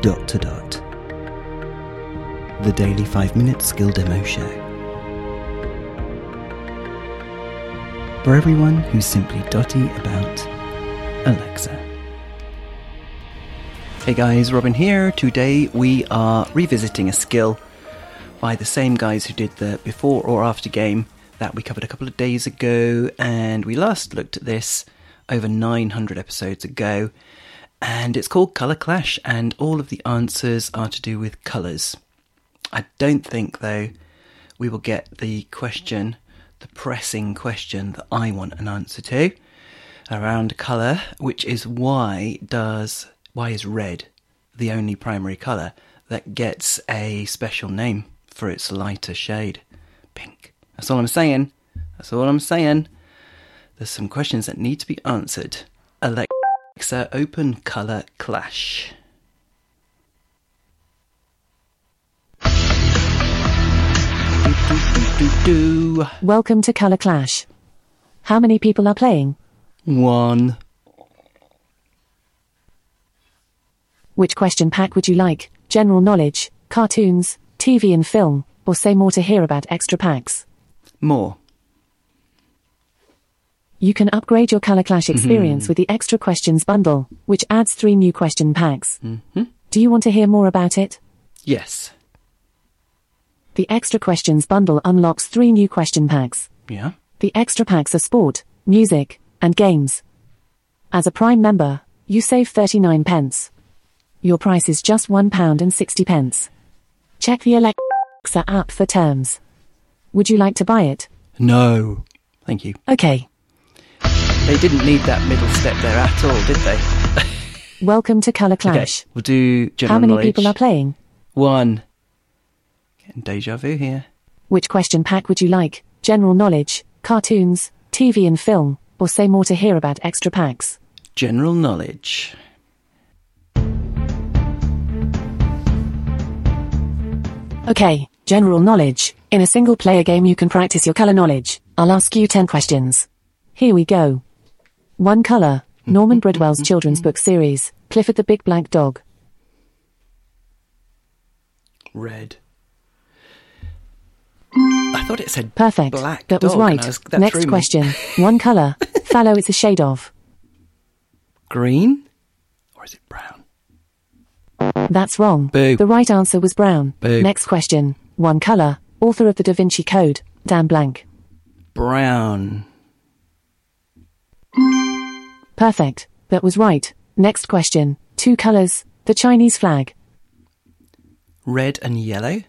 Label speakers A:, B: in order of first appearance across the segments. A: dot to dot. The Daily 5 Minute Skill Demo Show. For everyone who's simply dotty about Alexa. Hey guys, Robin here. Today we are revisiting a skill by the same guys who did the before or after game that we covered a couple of days ago, and we last looked at this over 900 episodes ago and it's called Colour Clash, and all of the answers are to do with colours. I don't think, though, we will get the question, the pressing question that I want an answer to around colour, which is why does why is red the only primary colour that gets a special name for its lighter shade? Pink. That's all I'm saying. That's all I'm saying. There's some questions that need to be answered. Alexa. Alexa, open Color Clash. Do, do, do, do,
B: Welcome to Color Clash. How many people are playing?
A: do. One.
B: Which question pack would you like? General knowledge, cartoons, TV and film, or say more to hear about extra packs?
A: More.
B: You can upgrade your Color Clash experience with the Extra Questions bundle, which adds three new question packs. Do you want to hear more about it?
A: Yes.
B: The Extra Questions bundle unlocks three new question packs.
A: Yeah.
B: The extra packs are sport, music, and games. As a Prime member, you save 39 pence. Your price is just £1.60. pence. Check the Alexa app for terms. Would you like to buy it?
A: No. Thank you.
B: Okay.
A: They didn't need that middle step there at all, did they?
B: Welcome to Color
A: Okay.
B: Clash.
A: We'll do general
B: How many
A: knowledge.
B: people are playing?
A: One. Getting deja vu here.
B: Which question pack would you like? General knowledge, cartoons, TV and film, or say more to hear about extra packs?
A: General knowledge.
B: Okay, general knowledge. In a single player game, you can practice your color knowledge. I'll ask you 10 questions. Here we go. One color. Norman Bridwell's children's book series, Clifford the Big Black Dog.
A: Red. I thought it said
B: Perfect.
A: Black
B: that was
A: dog, and
B: right.
A: I was- that threw
B: Next
A: me.
B: question. One color. Fallow it's a shade of.
A: green or is it brown?
B: That's wrong.
A: Boo.
B: The right answer was brown.
A: Boo.
B: Next question. One color. Author of the Da Vinci Code, Dan Blank.
A: Brown.
B: Perfect. That was right. Next question. Two colors. The Chinese flag.
A: Red and yellow.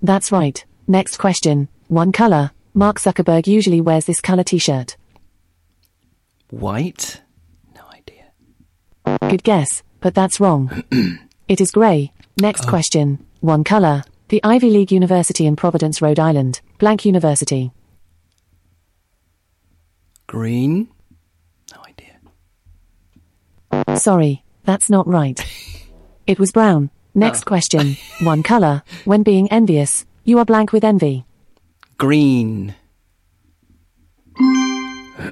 B: That's right. Next question. One color. Mark Zuckerberg usually wears this color t-shirt.
A: White. No idea.
B: Good guess, but that's wrong. it is gray. Next question. One color. The Ivy League University in Providence, Rhode Island. Blank University.
A: Green. No idea.
B: Sorry, that's not right. It was brown. Next question. One color. When being envious, you are blank with envy.
A: Green.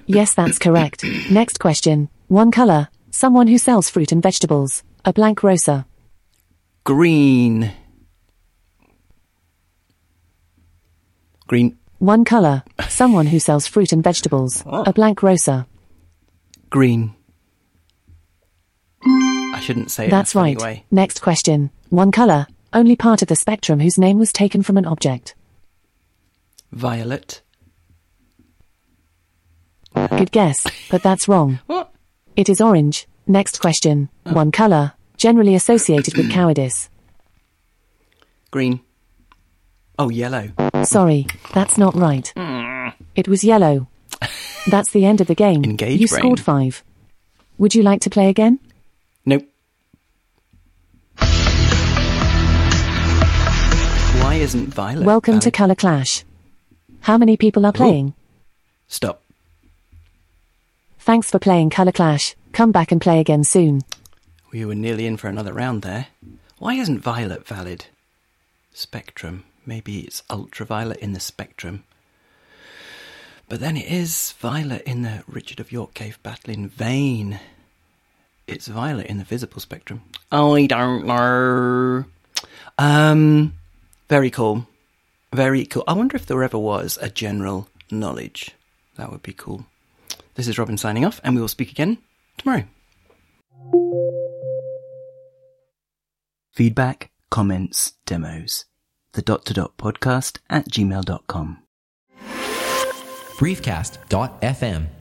B: Yes, that's correct. Next question. One color. Someone who sells fruit and vegetables. A blank grocer.
A: Green. Green.
B: One color. Someone who sells fruit and vegetables.
A: Oh.
B: A blank grocer.
A: Green. I shouldn't say it. in a
B: That's
A: funny
B: right.
A: Way.
B: Next question. One color. Only part of the spectrum whose name was taken from an object.
A: Violet.
B: Good guess, but that's wrong.
A: What?
B: It is orange. Next question. One color. Generally associated with cowardice.
A: Green. Oh, yellow.
B: Sorry, that's not right.
A: Hmm.
B: It was yellow. That's the end of the game.
A: Engage
B: you
A: brain.
B: scored five. Would you like to play again?
A: Nope. Why isn't Violet?
B: Welcome to
A: valid?
B: Color Clash. How many people are playing?
A: Stop.
B: Thanks for playing Color Clash. Come back and play again soon.
A: We were nearly in for another round there. Why isn't violet valid? Spectrum. Maybe it's ultraviolet in the spectrum. But then it is violet in the Richard of York cave battle in vain. it's violet in the visible spectrum. Oh, I don't know. Um, very cool. Very cool. I wonder if there ever was a general knowledge. That would be cool. This is Robin signing off, and we will speak again tomorrow. Feedback, comments, demos. The dot to dot podcast at gmail.com.
C: briefcast.fm